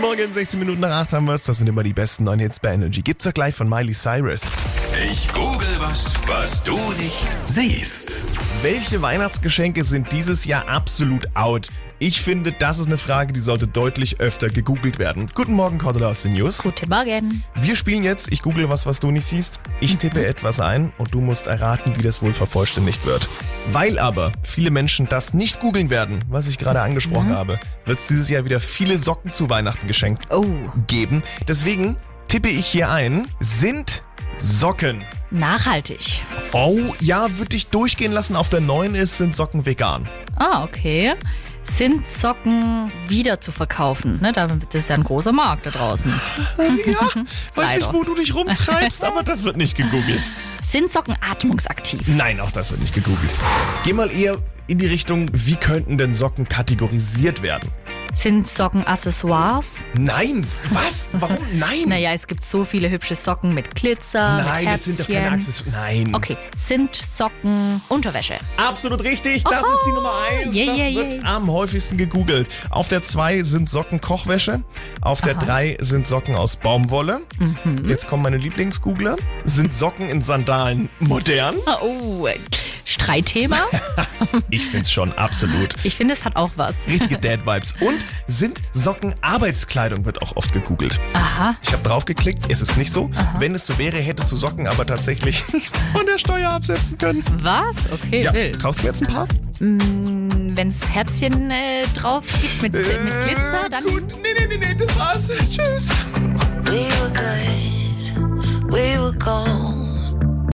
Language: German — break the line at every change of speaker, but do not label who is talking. Morgen, 16 Minuten nach 8 haben wir es. Das sind immer die besten neuen Hits bei Energy. Gibt's ja gleich von Miley Cyrus.
Ich google was, was du nicht siehst.
Welche Weihnachtsgeschenke sind dieses Jahr absolut out? Ich finde, das ist eine Frage, die sollte deutlich öfter gegoogelt werden. Guten Morgen, Cordula aus den News.
Guten Morgen.
Wir spielen jetzt, ich google was, was du nicht siehst. Ich tippe etwas ein und du musst erraten, wie das wohl vervollständigt wird. Weil aber viele Menschen das nicht googeln werden, was ich gerade angesprochen habe, wird es dieses Jahr wieder viele Socken zu Weihnachten geschenkt
Oh,
geben. Deswegen tippe ich hier ein, sind Socken.
nachhaltig.
Oh, ja, würde ich durchgehen lassen. Auf der neuen ist, sind Socken vegan.
Ah, okay. Sind Socken wieder zu verkaufen? Ne, da- das ist ja ein großer Markt da draußen.
Ja, weiß nicht,
Leider.
wo du dich rumtreibst, aber das wird nicht gegoogelt.
Sind Socken atmungsaktiv?
Nein, auch das wird nicht gegoogelt. Geh mal eher in die Richtung, wie könnten denn Socken kategorisiert werden?
Sind Socken Accessoires?
Nein, was? Warum? Nein.
Naja, es gibt so viele hübsche Socken mit Glitzer,
Nein,
mit
das
Herzchen.
sind doch keine Accessoires. Nein.
Okay, sind Socken Unterwäsche?
Absolut richtig, das ist die Nummer eins.
Oh. Yeah,
das
yeah,
wird
yeah.
am häufigsten gegoogelt. Auf der zwei sind Socken Kochwäsche, auf der drei sind Socken aus Baumwolle.
Mhm.
Jetzt kommen meine Lieblingsgoogler. Sind Socken in Sandalen modern?
Ah, Oh, äh, Streitthema?
Ich find's schon absolut.
Ich finde, es hat auch was.
Richtige Dad-Vibes. Und sind Socken Arbeitskleidung, wird auch oft gegoogelt.
Aha.
Ich habe draufgeklickt, es ist nicht so. Wenn es so wäre, hättest du Socken aber tatsächlich von der Steuer absetzen können.
Was? Okay,
Ja,
Hm. wild.
kaufst du mir jetzt ein paar?
Wenn es Herzchen äh, drauf gibt mit, mit Glitzer, dann.
Äh, gut, nee, nee, nee, nee, das war's. Tschüss.
We were good, we were gold.